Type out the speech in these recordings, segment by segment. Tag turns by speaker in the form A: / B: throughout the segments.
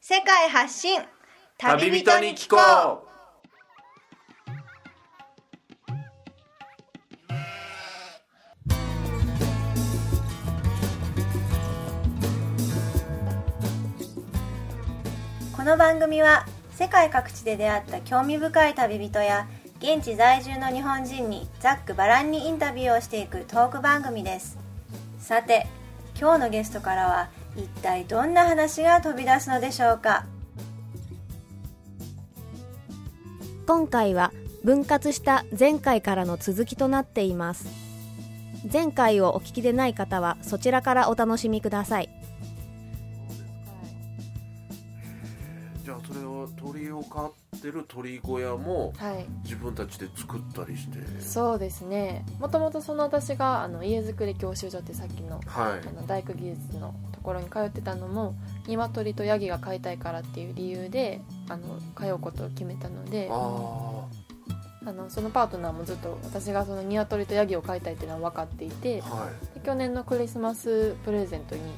A: 世界発信
B: 旅人に聞こ
A: この番組は世界各地で出会った興味深い旅人や現地在住の日本人にざっくばらんにインタビューをしていくトーク番組ですさて今日のゲストからは一体どんな話が飛び出すのでしょうか
C: 今回は分割した前回からの続きとなっています前回をお聞きでない方はそちらからお楽しみくださいう
B: じゃあそれを鳥を飼ってる鳥小屋も
D: はい
B: 自分たちで作ったりして
D: そうですねもともとその私があの家づくり教習所ってさっきの
B: は
D: あの大工技術のところに通ってたのも鶏とヤギが飼いたいからっていう理由であの通うことを決めたので
B: あ
D: あのそのパートナーもずっと私がその鶏とヤギを飼いたいっていうのは分かっていて
B: あはい
D: で去年のクリスマスプレゼントに、ま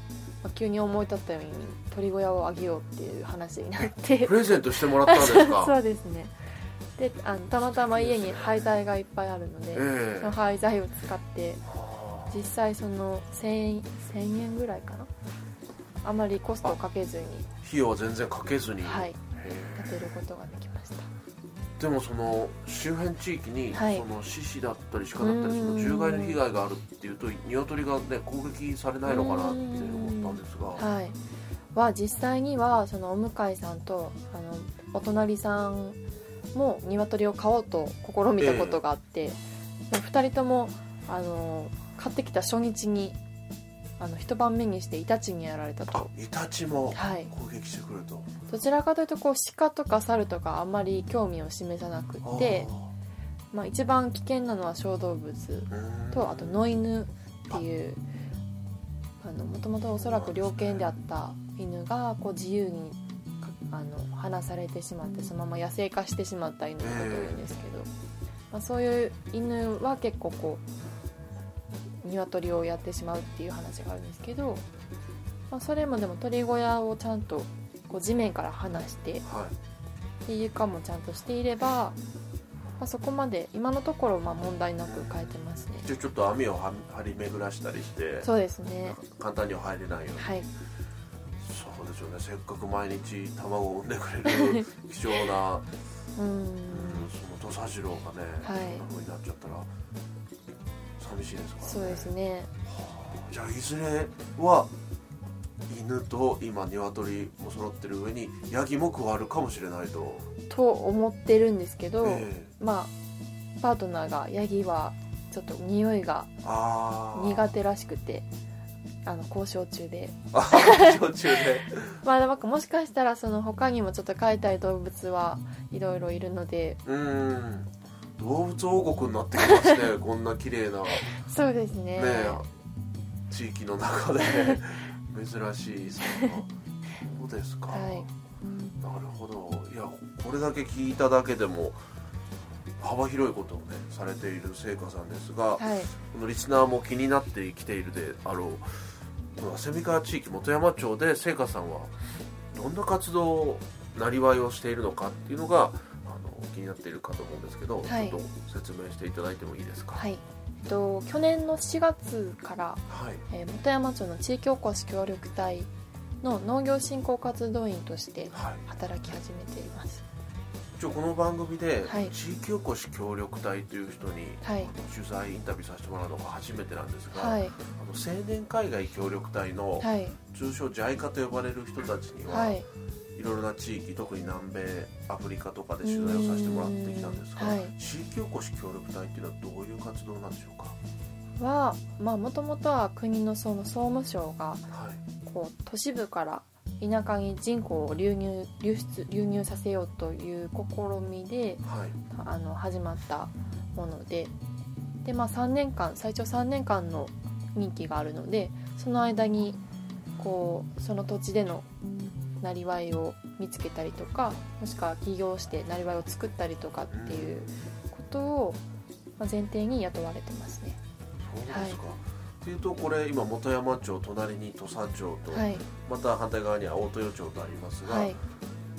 D: あ急に思い立ったように鳥小屋をあげようっていう話になって
B: プレゼントしてもらったんです
D: そ
B: か
D: うですねであのたまたま家に廃材がいっぱいあるので、
B: え
D: そ
B: え
D: の廃材を使って
B: あ
D: 実際その1000円1000円ぐらいかなあまりコストをかけずに
B: あ費用は全然かけずに、
D: はい
B: え
D: 建てることができました
B: えでもその周辺地域に、
D: はい
B: その獅子だったり鹿だったりその獣害の被害があるっていうと鶏がね攻撃されないのかなって思ったんですが
D: はいは実際にはそのお向井さんとあのお隣さんも鶏を飼おうと試みたことがあって、で二2人ともあの買ってきた初日にあの一晩目にしてイタチにやられた
B: あ
D: と
B: イタチも
D: はい
B: 攻撃してくると、
D: どちらかというとこう鹿とか猿とかあまり興味を示さなく
B: ああ
D: て、まあ、一番危険なのは小動物
B: うん
D: とあと野犬っていうあのもともとおそらく猟犬であった犬がこう自由にかあの放されてしまってそのまま野生化してしまった犬のことを言うんですけど、まあ、そういう犬は結構こう鶏をやってしまうっていう話があるんですけど、まあ、それもでも鳥小屋をちゃんとこう地面から離して
B: はい
D: で床もちゃんとしていれば、まあ、そこまで今のところまあ問題なく変えてますね
B: じゃあちょっと網をは張り巡らしたりして
D: そうですね
B: 簡単には入れないように、
D: はい
B: そうですよねせっかく毎日卵を産んでくれる 貴重な、
D: うーん
B: うん、その土佐次郎がね、
D: はい
B: こんな風になっちゃったら寂しいですから、ね、
D: そうですね
B: じゃあいずれは犬と今鶏も揃ってる上にヤギも加わるかもしれないと、
D: と思ってるんですけど、
B: ええ
D: まあパートナーがヤギはちょっと匂いが
B: ああ
D: 苦手らしくてあの交渉中で
B: あー途中で
D: まあなんかもしかしたらその他にもちょっと飼いたい動物はいろいろいるので
B: うん動物王国になってきますねこんな綺麗な
D: そうですね
B: ねえ地域の中で 珍しいそのそうですか、
D: はい
B: なるほどいやこれだけ聞いただけでも幅広いことをねされている聖火さんですが、
D: はい
B: このリスナーも気になってきているであろうこの汗見川地域本山町で聖火さんはどんな活動をなりわいをしているのかっていうのがあの気になっているかと思うんですけど、
D: はい
B: ちょっと説明していただいてもいいですか
D: はいえっと、去年の4月から、
B: はい
D: えー本山町の地域おこし協力隊の農業振興活動員として
B: はい
D: 働き始めています
B: 一応この番組で
D: はい
B: 地域おこし協力隊という人に
D: はい
B: 取材インタビューさせてもらうのが初めてなんですが、
D: は
B: あの
D: い
B: 青年海外協力隊の
D: はい
B: 通称 JICA と呼ばれる人たちには、、
D: はいい
B: ろいろな地域特に南米アフリカとかで取材をさせてもらってきたんですが、
D: うーんはい
B: 地域おこし協力隊っていうのはどういう活動なんでしょうか、
D: はまあもともとは国のその総務省が
B: はい
D: こう都市部から田舎に人口を流入流出流入させようという試みで
B: はい
D: あの始まったものでで、まあ、3年間最長3年間の任期があるのでその間にこうその土地でのなりわいを見つけたりとかもしくは起業してなりわいを作ったりとかっていうことをまあ前提に雇われてますね。
B: そうなんですか、っていうとこれ今本山町隣に土佐町と、
D: はい
B: また反対側には大豊町とありますが、
D: はい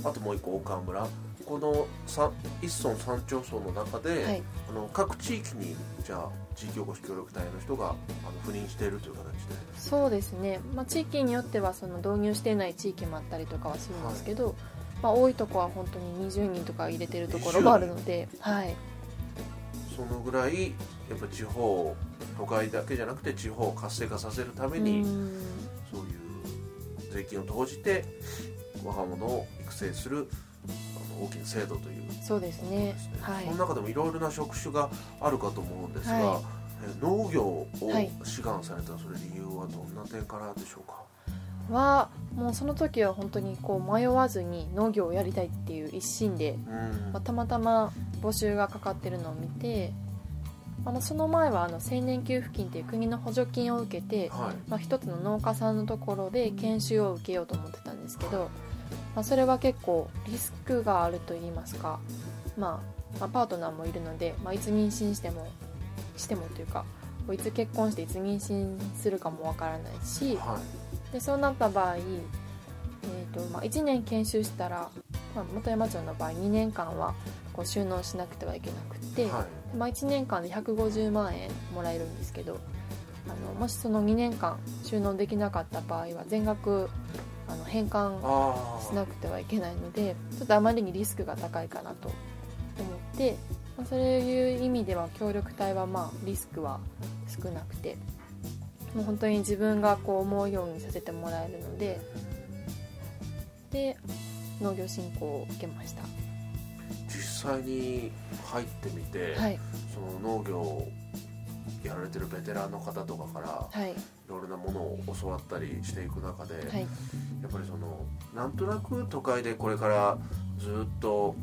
B: あともう一個岡村この三一村三町村の中で、
D: はい
B: あの各地域にじゃあ地域おこし協力隊の人があの赴任しているという形で
D: そうですね、まあ、地域によってはその導入していない地域もあったりとかはするんですけど、まあ、多いとこは本当に20人とか入れてるところもあるので、はい、
B: そのぐらいやっぱ地方都会だけじゃなくて地方を活性化させるために、
D: うん
B: そういう税金を投じて若者を育成するあの大きな制度という
D: そうですね
B: ですね
D: はい
B: その中でもいろいろな職種があるかと思うんですが、
D: は
B: え農業を
D: はい
B: 志願されたそれ理由はどんな点からでしょうか、
D: はもうその時は本当にこう迷わずに農業をやりたいっていう一心で、
B: うん
D: まあ、たまたま募集がかかってるのを見てあのその前はあの青年給付金っていう国の補助金を受けて、
B: はい
D: まあ、一つの農家さんのところで研修を受けようと思ってたんですけど、まあ、それは結構リスクがあると言いますか、まあ、まあパートナーもいるので、まあ、いつ妊娠してもしてもというかいつ結婚していつ妊娠するかもわからないし
B: は
D: でそうなった場合、えーとまあ、1年研修したら、まあ、元山町の場合2年間はこう収納しなくてはいけなく
B: い
D: て。
B: はい
D: まあ、1年間で150万円もらえるんですけどあのもしその2年間収納できなかった場合は全額あの返還
B: あ
D: し
B: ー
D: なくてはいけないのでちょっとあまりにリスクが高いかなと思って、まあ、そういう意味では協力隊はまあリスクは少なくてもう本当に自分がこう思うようにさせてもらえるのでで農業振興を受けました。
B: 実際に入ってみて、
D: はい、
B: その農業をやられてるベテランの方とかから
D: はい、
B: いろいろなものを教わったりしていく中で、
D: はい
B: やっぱりそのなんとなく都会でこれからずっと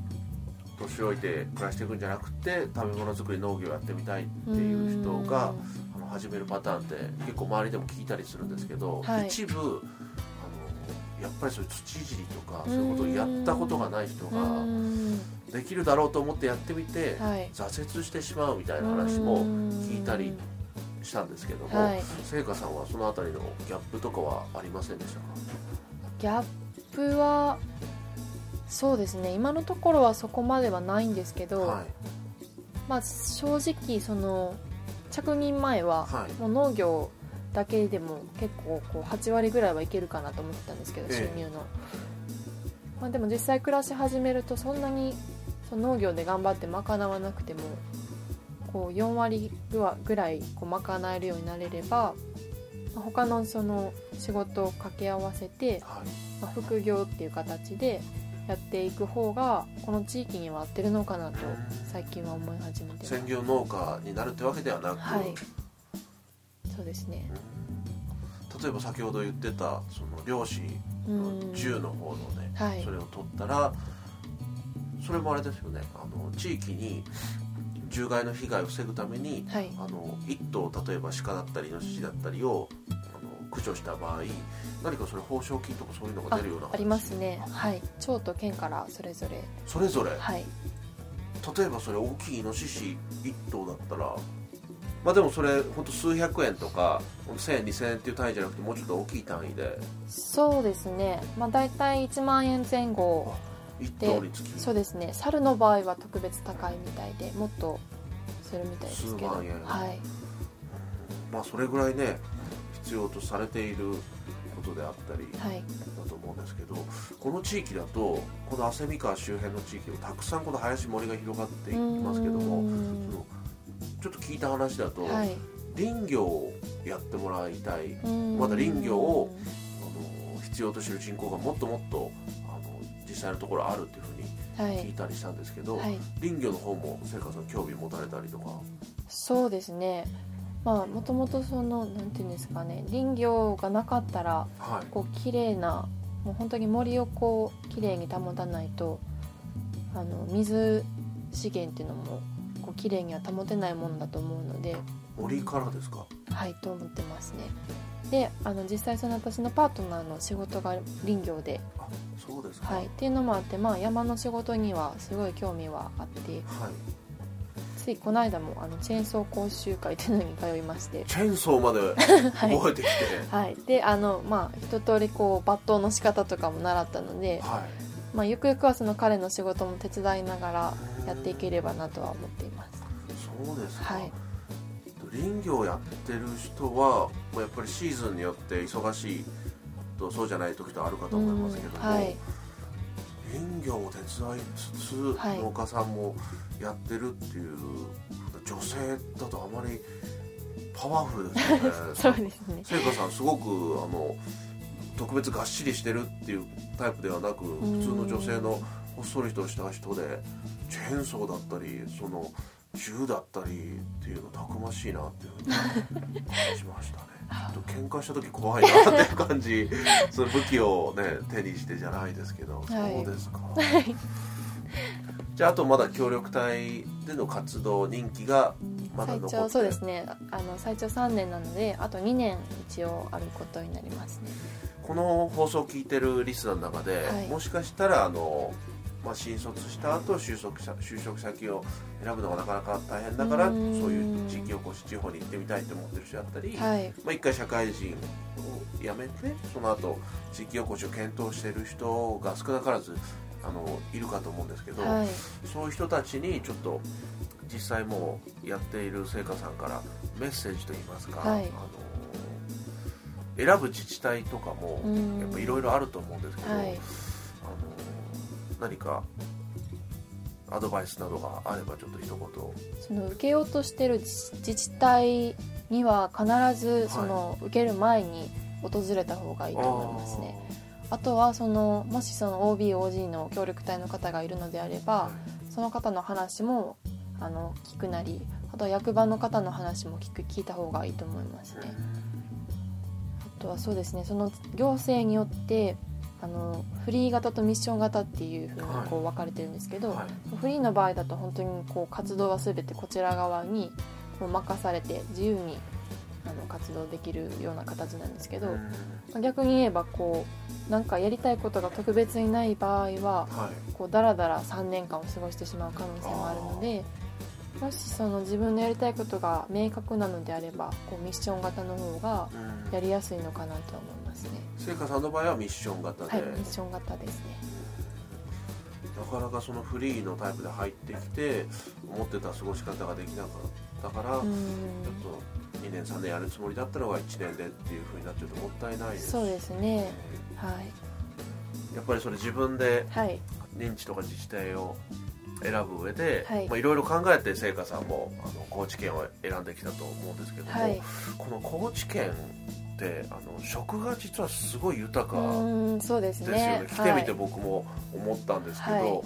B: 年老いて暮らしていくんじゃなくて食べ物作り農業やってみたいっていう人があの始めるパターンって結構周りでも聞いたりするんですけど、
D: はい
B: 一部あのやっぱりそういう土いじりとかそういうことをやったことがない人
D: うー
B: が
D: んう
B: できるだろうと思ってやってみて
D: ーんはい
B: 挫折してしまうみたいな話も聞いたりしたんですけども、
D: はい
B: 聖華さんはそのあたりのギャップとかはありませんでしたか
D: ギャップはそうですね今のところはそこまではないんですけど、
B: はい
D: まあ正直その着任前は
B: はい
D: もう農業だけでも結構こう8割ぐらいはいけるかなと思ってたんですけど収
B: ええ
D: 入の、まあ、でも実際暮らし始めるとそんなにその農業で頑張って賄わなくてもこう4割ぐわぐらいこう賄えるようになれればまあ他のその仕事を掛け合わせて
B: はい
D: まあ副業っていう形でやっていく方がこの地域には合ってるのかなと最近は思い始めてます
B: 専業農家になるってわけではなく、
D: はいそうですね
B: うん例えば先ほど言ってたその漁師
D: う
B: の
D: ん
B: 銃の方のね、
D: はい
B: それを取ったらそれもあれですよねあの地域に獣害の被害を防ぐために
D: はい
B: あの一頭例えば鹿だったりイノシシだったりをあの駆除した場合何かそれ報奨金とかそういうのが
D: あ
B: 出るような
D: ありますねはい町と県からそれぞれ
B: それぞれ
D: はい
B: 例えばそれ大きいイノシシ1頭だったらまあでもそれほんと数百円とかほんと1000円2000円っていう単位じゃなくてもうちょっと大きい単位で
D: そうですねまあ大体1万円前後
B: 1頭につき
D: そうですね猿の場合は特別高いみたいでもっとするみたいですけど
B: 数万円
D: はい
B: まあそれぐらいね必要とされていることであったり
D: はい
B: だと思うんですけどこの地域だとこの汗見川周辺の地域でもたくさんこの林森が広がっていきますけど
D: う
B: もそ
D: ん
B: のちょっと聞いた話だと、
D: はい
B: 林業をやってもらいたい
D: うん
B: まだ林業をあの必要としてる人口がもっともっとあの実際のところあるっていうふ
D: は
B: うに聞い
D: い
B: たりしたんですけど、
D: はい
B: 林業の方も聖華さん興味持たれたりとか、
D: そうですねまあもともとそのなんていうんですかね林業がなかったら
B: はい、
D: こう綺麗なもう本当に森をこう綺麗に保たないとあの水資源っていうのもこう綺麗には保てないものだと思うので
B: 森からですか
D: はいと思ってますねであの実際その私のパートナーの仕事が林業で、
B: あそうですか
D: はい、っていうのもあって、まあ、山の仕事にはすごい興味はあって
B: はい
D: ついこの間もあのチェーンソー講習会というのに通いまして
B: チェーンソーまで
D: はい、
B: 覚えてきて、
D: はい、であのまあ一通りこう抜刀の仕方とかも習ったので、
B: はい
D: まあ、ゆくゆくはその彼の仕事も手伝いながらやっていければなとは思っています
B: そうですか、
D: はい
B: 林業やってる人はもうやっぱりシーズンによって忙しいとそうじゃない時とあるかと思いますけども、
D: うんはい
B: 林業も手伝いつつ、
D: はい
B: 農家さんもやってるっていう女性だとあまりパワフルですよね
D: そうですね
B: 聖華さんすごくあの特別がっしりしてるっていうタイプではなく
D: ん
B: 普通の女性のほっそりとした人でチェーンソーだったりその銃だったりっていうのたくましいなっていうふうに感じましたね。 ちょっと喧嘩した時怖いなっていう感じその武器をね手にしてじゃないですけど、
D: い
B: そうですか。じゃああとまだ協力隊での活動任期がまだ
D: 最
B: 残って
D: 長そうですねあの最長3年なのであと2年一応あることになりますね
B: この放送を聞いてるリスナーの中で、
D: はい
B: もしかしたらあの、まあ、新卒した後就職者就職先を選ぶのがなかなか大変だから
D: う
B: そう
D: ーん
B: いう地域おこし地方に行ってみたいと思ってる人だったり、
D: はい
B: まあ、一回社会人を辞めてその後地域おこしを検討してる人が少なからずあのいるかと思うんですけど、
D: はい
B: そういう人たちにちょっと実際もうやっている聖火さんからメッセージといいますか、
D: はい
B: あの選ぶ自治体とかも
D: うん
B: やっぱいろいろあると思うんですけど、
D: は
B: あ
D: い
B: の何かアドバイスなどがあればちょっと一言
D: その受けようとしてる自自治体には必ずその受ける前に訪れた方がいいと思いますねあとはそのもしその OBOG の協力隊の方がいるのであれ
B: あー
D: ばその方の話もあの聞くなりあとは役場の方の話も聞く聞いた方がいいと思いますねあとはそうですねその行政によってあのフリー型とミッション型っていうふうにこう分かれてるんですけど、
B: はい
D: フリーの場合だと本当にこう活動は全てこちら側にこう任されて自由にあの活動できるような形なんですけど、
B: うん
D: 逆に言えばこうなんかやりたいことが特別にない場合は
B: はい
D: こうだらだら3年間を過ごしてしまう可能性もあるのでもしその自分のやりたいことが明確なのであればこうミッション型の方が
B: うん
D: やりやすいのかなとは思いますね。
B: 聖火さんの場合はミッション型で、
D: はい、ミッション型ですね。
B: なかなかそのフリーのタイプで入ってきて思ってた過ごし方ができなかったから、
D: う
B: ちょっ
D: ん、
B: と2年3年やるつもりだったのが1年でっていう風になっちゃうともったいないですし
D: そうですね。はい、
B: やっぱりそれ自分で
D: はい、
B: 認知とか自治体を選ぶ上で、
D: はい
B: まあ、いろいろ考えて聖火さんもあの高知県を選んできたと思うんですけども、
D: はい。
B: この高知県ってあの食が実はすごい豊か
D: うーんそうです
B: ですよね
D: ね
B: 来てみて
D: はい
B: 僕も思ったんですけど、
D: はい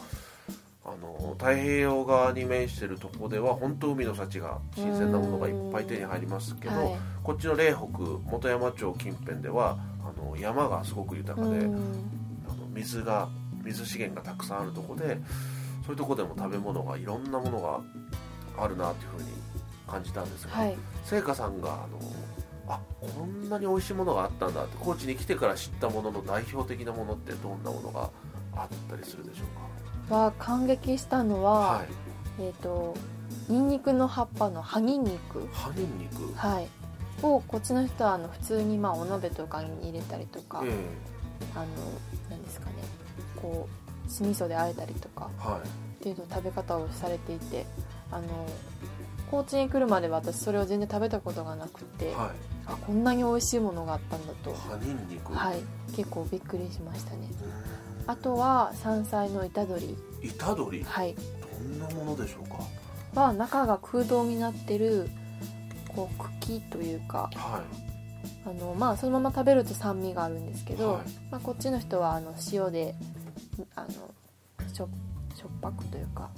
B: あの太平洋側に面してるとこでは本当海の幸が新鮮なものがいっぱい手に入りますけど、
D: はい
B: こっちの嶺北本山町近辺ではあの山がすごく豊かで、
D: う
B: あ
D: ん
B: の水が水資源がたくさんあるとこでそういうとこでも食べ物がいろんなものがあるなっていうふうに感じたんですが、
D: はい
B: 聖華さんがあのあこんなに美味しいものがあったんだって高知に来てから知ったものの代表的なものってどんなものがあったりするでしょう
D: は感激したの
B: か
D: は、
B: はい
D: えっ、とニンニクの葉っぱの葉ニンニク
B: 葉ニンニク
D: はいをこっちの人はあの普通にまあお鍋とかに入れたりとか、
B: え
D: あのなんですかねこう酢味噌で和えたりとか
B: えはい
D: っていうの食べ方をされていてあの高知に来るまでは私それを全然食べたことがなくて、
B: はい
D: あこんなに美味しいものがあったんだと、
B: 葉ニンニク
D: はい、結構びっくりしましたね
B: うーん
D: あとは山菜の板鶏、
B: 板鶏
D: はい、
B: どんなものでしょうか
D: は中が空洞になってるこう茎というか
B: はい
D: あの、まあ、そのまま食べると酸味があるんですけど、
B: はい
D: まあ、こっちの人はあの塩であのしょしょっぱくというか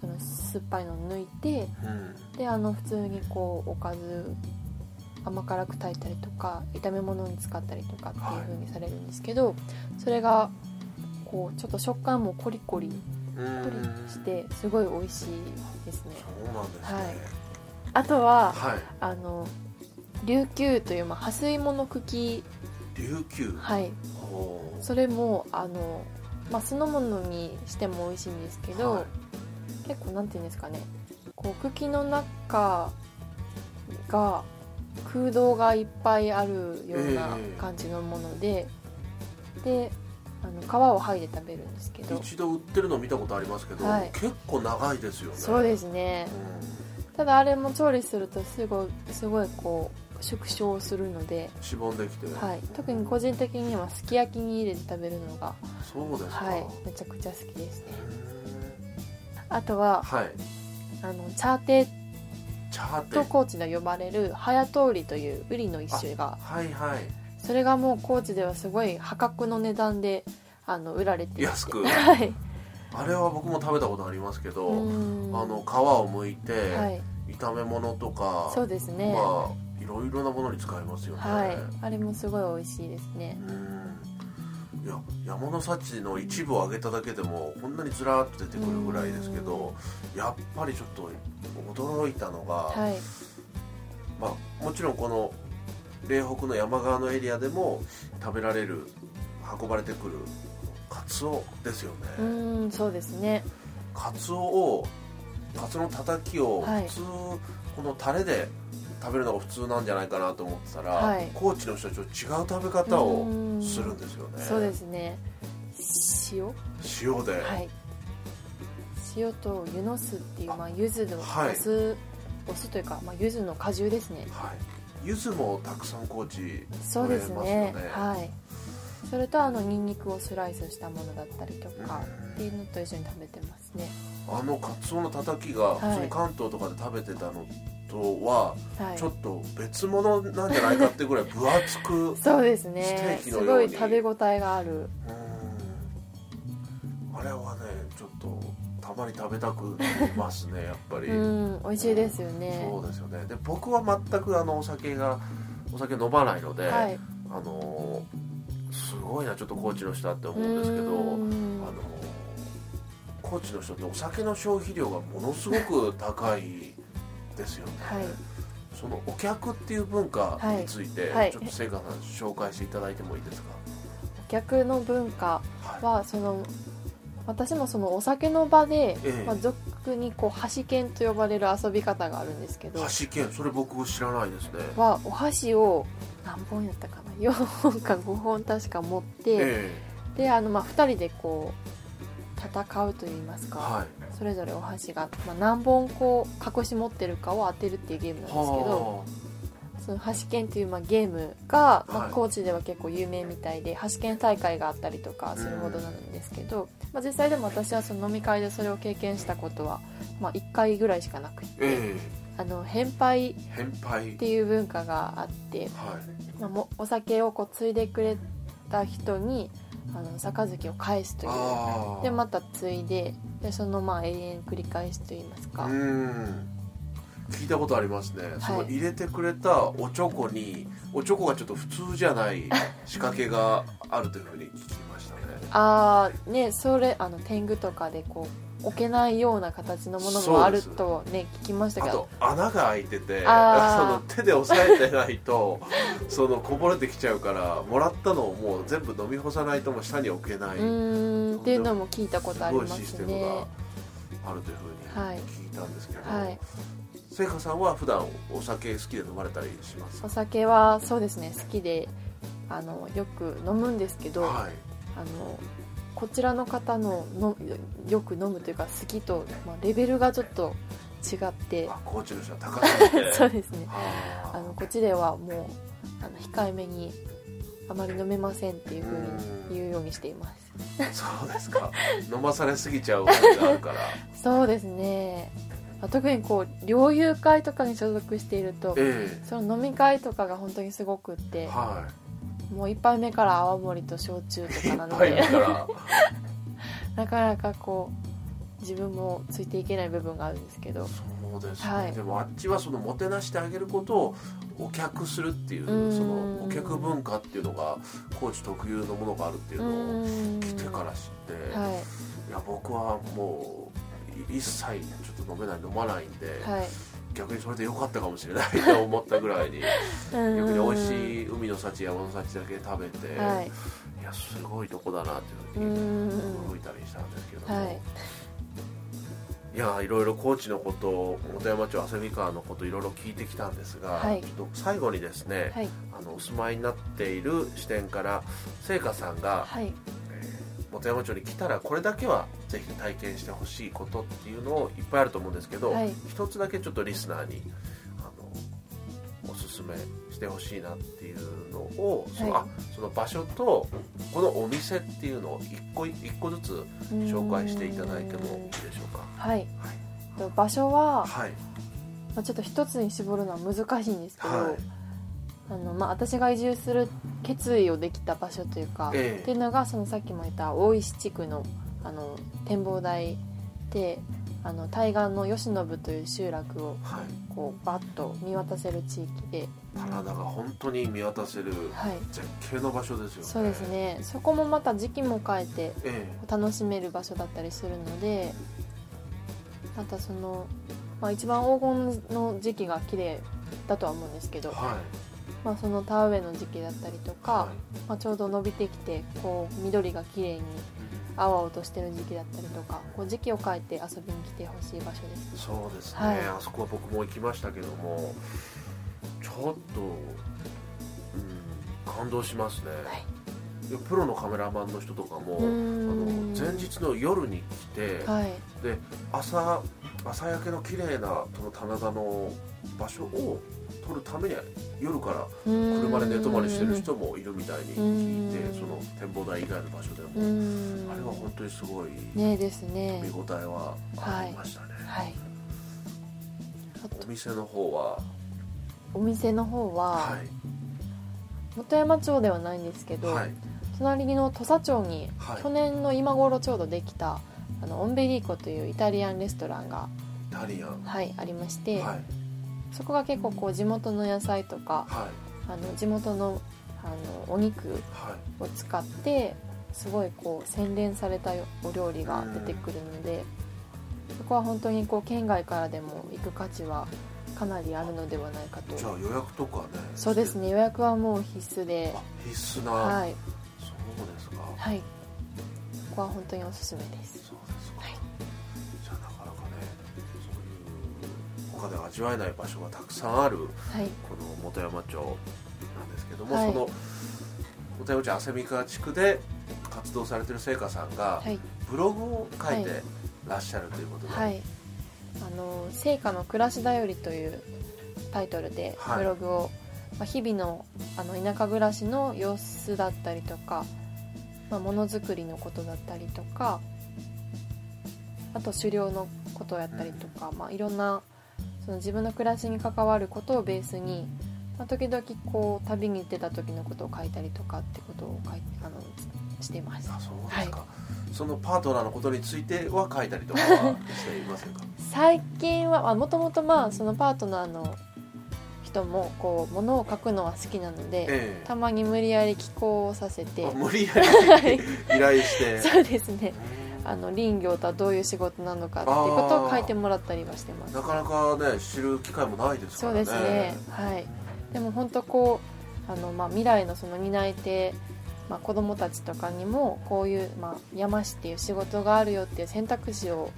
D: その酸っぱいのを抜いて
B: うん
D: であの普通にこうおかず甘辛く炊いたりとか炒め物に使ったりとかっていう風にされるんですけど、それがこうちょっと食感もコリコリ
B: うーん
D: ぷりしてすごい美味しいですね
B: そうなんですね
D: あとは
B: はい、
D: あの琉球という、まあ、ハスイモの茎
B: 琉球
D: はい
B: ほう
D: それもあの、まあ、酢の物にしても美味しいんですけど、
B: はい
D: 結構なんていうんですかねこう茎の中が空洞がいっぱいあるような
B: ええ
D: 感じのもので、であの皮を剥いで食べるんですけど
B: 一度売ってるの見たことありますけど、
D: はい
B: 結構長いですよね、
D: そうですすね
B: う
D: ただあれも調理するとすごいすごいこう縮小するので、
B: ん、しぼんできて、
D: はい、特に個人的にはすき焼きに入れて食べるのが、
B: そうですか、
D: はい、めちゃくちゃ好きですね
B: へー
D: あとは
B: はい
D: あのチャーテ
B: チャーテン
D: と高知で呼ばれるハヤトウリというウリの一種が
B: はいはい
D: それがもう高知ではすごい破格の値段であの売られていて
B: 安く
D: はい
B: あれは僕も食べたことありますけど、
D: うん
B: あの皮を剥いて、
D: はい
B: 炒め物とか
D: そうですね、
B: まあいろいろなものに使えますよね、
D: はいあれもすごい美味しいですね
B: うんいや山の幸の一部を挙げただけでもこんなにずらーっと出てくるぐらいですけどやっぱりちょっと驚いたのが、
D: はい
B: まあ、もちろんこの嶺北の山側のエリアでも食べられる運ばれてくるカツオですよね、
D: うんそうですね
B: カツオをカツオのたたきを
D: はい
B: 普通、このタレで食べるのが普通なんじゃないかなと思ってたら、
D: はい
B: 高知の人たちは違う食べ方を
D: うん
B: するんですよね
D: そうですね塩
B: 塩で、
D: はい塩と湯の酢っていうまあ柚子の
B: はい
D: お酢、お酢というか、まあ、柚子の果汁ですね
B: はい柚子もたくさん高知
D: そうで
B: 取れ
D: すね
B: ますよね
D: はいそれとあのニンニクをスライスしたものだったりとか
B: うん
D: っていうのと一緒に食べてますね
B: あのカツオのたたきが普通に関東とかで食べてたのとは、
D: はい
B: ちょっと別物なんじゃないかってぐらい分厚くうん
D: そうです
B: ス
D: ね
B: テーキ
D: す
B: のよう
D: ご
B: に
D: い食べ応えがある
B: あれはねちょっとたまに食べたくなります ねやっぱり、
D: うん美味しいですよね
B: そうですよねで僕は全くあのお酒がお酒飲まないので、
D: はい
B: あのーすごいなちょっと高知の人だって思うんですけど、
D: うん
B: あのー高知の人ってお酒の消費量がものすごく高いですよね、
D: はい
B: そのお客っていう文化について、
D: はいはい
B: ちょっと聖華さん紹介していただいてもいいですか
D: 逆の文化
B: はい
D: はその私もそのお酒の場で、
B: ええ
D: まあ、俗にこう箸剣と呼ばれる遊び方があるんですけど
B: 箸剣それ僕知らないですね
D: はお箸を何本やったかな4本 か5本確か持って、
B: え
D: であのまあ2人でこう戦うといいます
B: え
D: か、
B: はい
D: それぞれお箸が、まあ、何本こう隠し持ってるかを当てるっていうゲームなんですけど
B: は
D: その箸剣っていうまあゲームが、ま
B: は
D: あ、
B: い
D: 高知では結構有名みたいで箸剣大会があったりとかするほどなんですけど、まあ、実際でも私はその飲み会でそれを経験したことは、まあ、1回ぐらいしかなくて、
B: あえ
D: あの返杯っ
B: え返杯
D: ていう文化があって、
B: はい
D: まあ、もお酒をこう継いでくれた人にあの杯を返すという
B: ああ
D: でまた継いででそのまあ永遠繰り返しといいますか、
B: うん聞いたことありますね、その入れてくれたおちょこにおちょこがちょっと普通じゃない仕掛けがあるというふうに聞きましたね
D: ああねそれあの天狗とかでこう置けないような形のものもあるとね聞きました
B: あ
D: けど
B: と穴が開いて てその
D: あ
B: 手で押さえてないとそのこぼれてきちゃうからもらったのをもう全部飲み干さないともう下に置けないう
D: ーんっていうのも聞いたことあり
B: すごい
D: ま
B: シス
D: す
B: テム
D: ね
B: があるというふう
D: はい
B: に聞いたんですけど、
D: はい
B: 聖華さんは普段お酒好きで飲まれたりします
D: お酒はそうですね好きであのよく飲むんですけど、
B: はい
D: あのこちらの方ののよく飲むというか好きと、まあ、レベルがちょっと違って
B: あ高知の人は高すぎて
D: そうですね
B: は
D: あのこっちではもうあの控えめにあまり飲めませんっていう風
B: うん
D: に言うようにしています
B: あそうです か飲まされすぎちゃう感じがあるから
D: そうですねまあ特にこう猟友会とかに所属していると
B: え
D: その飲み会とかが本当にすごくっ
B: え
D: て
B: は
D: もう1杯目から泡盛と焼酎
B: いい
D: とか
B: っ
D: なの
B: ぱいだ
D: で
B: から
D: なかなかこう自分もついていけない部分があるんですけど
B: そうですね、
D: はい
B: でもあっちはそのもてなしてあげることをお客するっていう
D: うん
B: そのお客文化っていうのが高知特有のものがあるっていう
D: う
B: のを
D: ーん
B: 来てから知って、
D: はい
B: や僕はもうい一切ちょっと飲めない飲まないんで、
D: いはい
B: 逆にそれで良かったかもしれないと思ったぐら いに逆に美味
D: い
B: しい海の幸山の幸だけ食べて、
D: はい
B: い、やすごいとこだなっていううふうに
D: ーん
B: 驚いたりしたんですけども、
D: はいい、
B: いやーいろいろ高知のこと本山町旭川のこといろいろ聞いてきたんですが、
D: はい
B: ちょっと最後にですね、
D: はい
B: あのお住まいになっている支店から聖華さんが
D: はい
B: 本山町に来たらこれだけはぜひ体験してほしいことっていうのをいっぱいあると思うんですけど、
D: はい
B: 一つだけちょっとリスナーにあのおすすめしてほしいなっていうのをその,、
D: はい
B: あその場所とこのお店っていうのを一個一個ずつ紹介していただいてもいいでしょうか。
D: はいえ
B: はい
D: っと場所は、
B: はい、
D: まあ、ちょっと一つに絞るのは難しいんですけど、
B: はい
D: あのまあ、私が移住する決意をできた場所というか、
B: ええ
D: っていうのがそのさっきも言った大石地区のあの展望台であの対岸の吉信という集落を
B: はい、
D: こうバッと見渡せる地域で、
B: 棚田が本当に見渡せる
D: はい、
B: 絶景の場所ですよね。
D: そうです。ねそこもまた時期も変えて
B: え
D: 楽しめる場所だったりするのでまたその、まあ、一番黄金の時期が綺麗だとは思うんですけ
B: え
D: ど、
B: は
D: まあ、その田植えの時期だったりと
B: い、
D: か、まあ、ちょうど伸びてきてこう緑が綺麗に青々としてる時期だったりとかこう時期を変えて遊びに来てほしい場所ですね
B: そうですね、
D: はい
B: あそこは僕も行きましたけどもちょっと、うん、感動しますね、
D: はい
B: いやプロのカメラマンの人とかもあ
D: うー
B: の
D: ん
B: 前日の夜に来て、
D: はい
B: で朝朝焼けの綺麗なその棚田の場所を撮るために夜から車
D: 車
B: で寝泊まりしてる人もいるみたいに聞いて
D: う
B: そ
D: ん
B: の展望台以外の場所でも
D: うーん
B: あれは本当にすごい
D: ねえですね
B: 見応えはありましたね、
D: はいあと
B: お店の方は
D: お店の方は、
B: はい
D: 本山町ではないんですけど、
B: はい
D: 隣の土佐町に、
B: はい
D: 去年の今頃ちょうどできたあのオンベリーコというイタリアンレストランが、
B: イタリアン
D: はい、ありまして、
B: はい
D: そこが結構こう地元の野菜とか
B: はい
D: あの地元のあのお肉
B: は
D: を使ってすごいこう洗練されたお料理が出てくるので、そこは本当にこう県外からでも行く価値はかなりあるのではないか
B: いじゃあ
D: と
B: 予約とかね
D: そうですね予約はもう必須で
B: あ、必須な、
D: はい
B: そうですか
D: はい、そこは本当におすすめです。
B: そうですか、
D: はい
B: じゃあなかなかねそういう他では味わえない場所がたくさんある
D: はい、
B: この本山町なんですけども、
D: はい
B: その本山町浅見川地区で活動されてる聖華さんが
D: はい、
B: ブログを書い
D: は
B: てらっしゃるということで、
D: はい、あの「成果の暮らしだより」というタイトルで
B: はい
D: ブログを、まあ、日々のあの田舎暮らしの様子だったりとかまあものづくりのことだったりとかあと狩猟のことをやったりとか、まあ、いろんなその自分の暮らしに関わることをベースに、まあ、時々こう旅に行ってた時のことを書いたりとかってことを書いあのしています
B: あ。そうですか、そのパートナーのことについては書いたりと かはしていませんか
D: 最近はもともとまあそのパートナーの人もこう物を書くのは好きなので、
B: ええ
D: たまに無理やり寄稿をさせて
B: あ無理やり 依頼して
D: そうですね
B: うん
D: あの林業とはどういう仕事なのかっていうことを書いてもらったりはしてます
B: なかなかね知る機会もないですか
D: そ
B: ら
D: う
B: ね
D: ですねはいでも本当こうあの、まあ、未来のその担い手、まあ、子どもたちとかにもこういう、まあ、山師っていう仕事があるよっていう選択肢を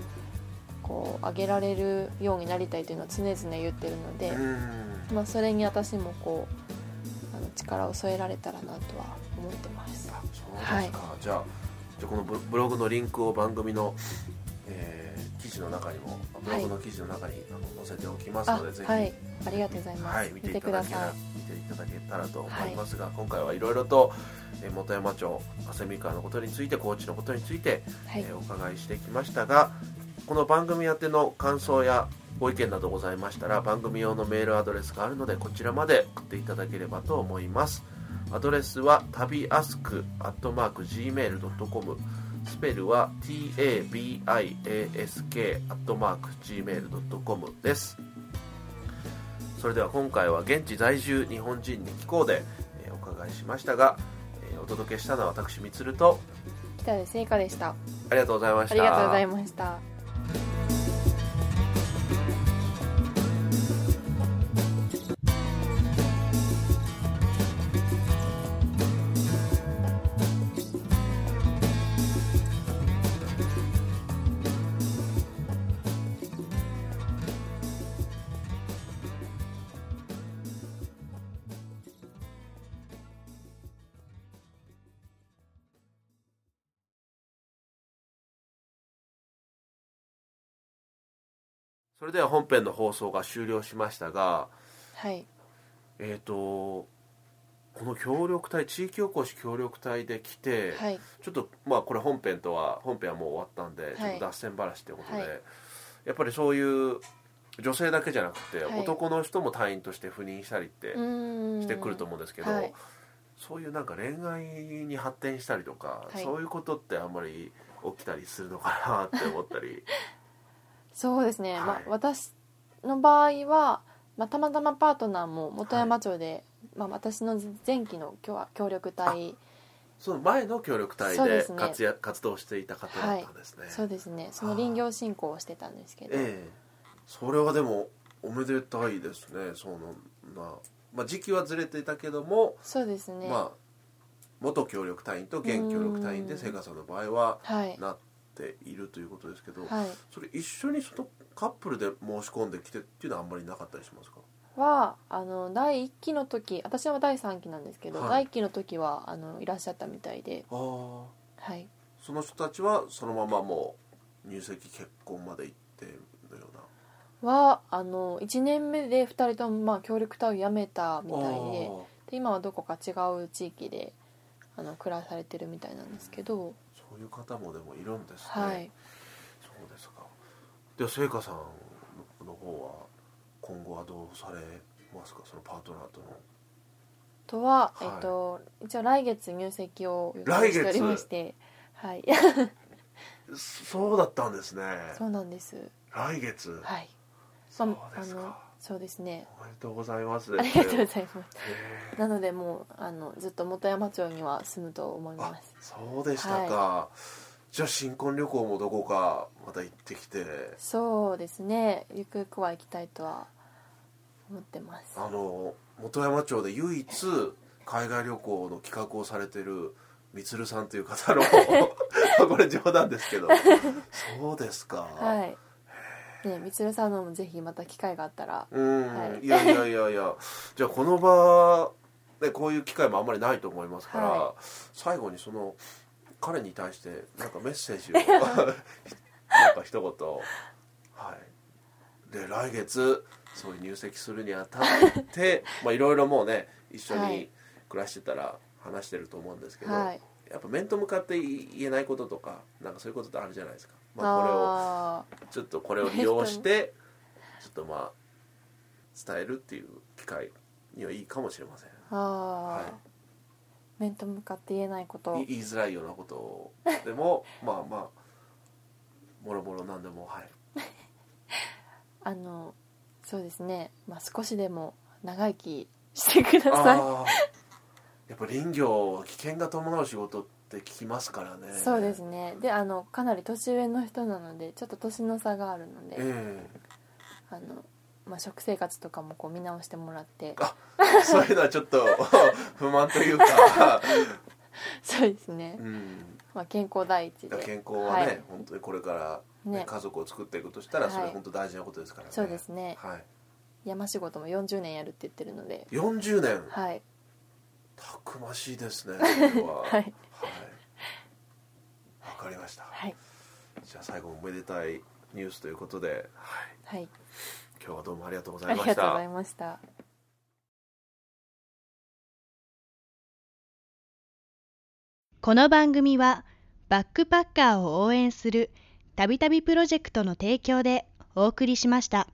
D: こう上げられるようになりたいというのは常々言ってるので、
B: うん
D: まあ、それに私もこうあの力を添えられたらなとは思ってます
B: あそうですか、じゃあじゃあこのブブログのリンクを番組の、えー記事の中にもブログの記事の中に、あの載せておきます
D: あ
B: のでぜひ、
D: はいありがとうございます、
B: はい
D: 見
B: 見
D: て
B: てい
D: く
B: た
D: だ
B: だけた
D: さ
B: ら
D: い
B: 見ていただけたらと思いますが、今回はいろいろと、えー本山町旭川のことについて高知のことについて、
D: はい
B: えーお伺いしてきましたがこの番組宛ての感想やご意見などございましたら番組用のメールアドレスがあるのでこちらまで送っていただければと思いますアドレスは旅アスクアットマーク Gmail.com スペルは tabiask アットマーク Gmail.com ですそれでは今回は現地在住日本人に聞こうで、えーお伺いしましたが、えーお届けしたのは私みつると
D: 北出聖華でした
B: ありがとうございまし
D: あ
B: た
D: りがとうございました
B: それでは本編の放送が終了しましたが
D: はい
B: えっ、とこの協力隊地域おこし協力隊で来て、
D: はい
B: ちょっとまあこれ本編とは本編はもう終わったんで、
D: い
B: ちょっと脱線話ってことで、
D: はい
B: やっぱりそういう女性だけじゃなくて、
D: はい
B: 男の人も隊員として赴任したりって
D: し
B: してくると思うんですけど、
D: はい
B: そういうなんか恋愛に発展したりとか、
D: はい
B: そういうことってあんまり起きたりするのかなって思ったり
D: そうですね、ま
B: は
D: あ
B: い、
D: 私の場合は、まあ、たまたまパートナーも本山町で、まあ、私の前期の今日は協力隊
B: その前の協力隊
D: そう
B: で
D: ですね
B: 活躍、活動していた方だったんですね、
D: そうですねその林業振興をしてたんですけど、
B: ええそれはでもおめでたいですねそのな、まあ、時期はずれていたけども、
D: そうですね、
B: まあ元協力隊員と現協力隊員で
D: うん
B: 聖火さんの場合は
D: はい
B: なっているということですけど、
D: はい
B: それ一緒にそのカップルで申し込んできてっていうのはあんまりなかったりしますか
D: はあの第1期の時私は第3期なんですけど、
B: はい
D: 第1期の時はあのいらっしゃったみたいで
B: ああ
D: はい
B: その人たちはそのままもう入籍結婚まで行ってのような
D: はあの1年目で2人ともまあ協力隊を辞めたみた
B: あ
D: いで
B: ー
D: で今はどこか違う地域であの暮らされてるみたいなんですけど、
B: そういう方もでもいるんですね、
D: はい
B: そうですかでは聖華さんの方は今後はどうされますかそのパートナーとの
D: あとは、
B: はい
D: えっと一応来月入籍を予
B: 来月
D: 定しておりましてはい
B: そそうだったんですね
D: そうなんです
B: 来月、
D: はい
B: そ
D: ま
B: う
D: ああ
B: です
D: の
B: か
D: そうですね
B: おめでとうございます
D: ありがとうございます
B: へ
D: なのでもうあのずっと本山町には住むと思い
B: ーあ
D: ます
B: そうでしたか、じゃあ新婚旅行もどこかまた行ってきて
D: そうですねゆくゆくは行きたいとは思ってます
B: あの本山町で唯一海外旅行の企画をされてるみつるさんという方のこれ冗談ですけどそうですか、
D: はいねみつるさんのもぜひまた機会があったら
B: うん、
D: はい
B: い、やいやいやいやじゃあこの場でこういう機会もあんまりないと思いますから、
D: は
B: 最後にその彼に対してなんかメッセー ジをなんか一言はいで来月そういう入籍するにあたって まあいろいろもうね一緒
D: は
B: に
D: い
B: 暮らしてたら話してると思うんですけど、
D: はい
B: やっぱ面と向かって言えないこととかなんかそういうことってあるじゃないですか、まあ、これを
D: あー
B: ちょっとこれを利用してちょっとまあ伝えるっていう機会にはいいかもしれません
D: あ
B: はい
D: ー面と向かって言えないこと
B: い言いづらいようなことをで もまあまあもろもろなんでもはい
D: あのそうですね、まあ、少しでも長生きしてくださ
B: ああやっぱ林業は危険が伴う仕事って聞きますからね
D: いそうですねであのかなり年上の人なのでちょっと年の差があるので、
B: ええ
D: あのまあ、食生活とかもこう見直しても らって
B: あそういうのはちょっと 不満という か、
D: そうですね
B: う、ん、
D: まあ、健康第一で
B: 健康はね、
D: はい
B: 本当にこれからね、
D: ね
B: 家族を作っていくとしたらそれ
D: はい
B: 本当大事なことですからね、
D: そうですね
B: はい、
D: 山仕事も40年やるって言ってるので
B: 40年、
D: はい
B: たくましいですねこれは
D: はい
B: はいわ、かりました
D: はい
B: じゃあ最後おめでたいニュースということで、はい、
D: はい
B: 今日はどうもありがとうござ
D: あ
B: い
D: り
B: ま
D: が
B: し
D: とうござ
B: た
D: いました
E: この番組はバックパッカーを応援するたびたびプロジェクトの提供でお送りしました。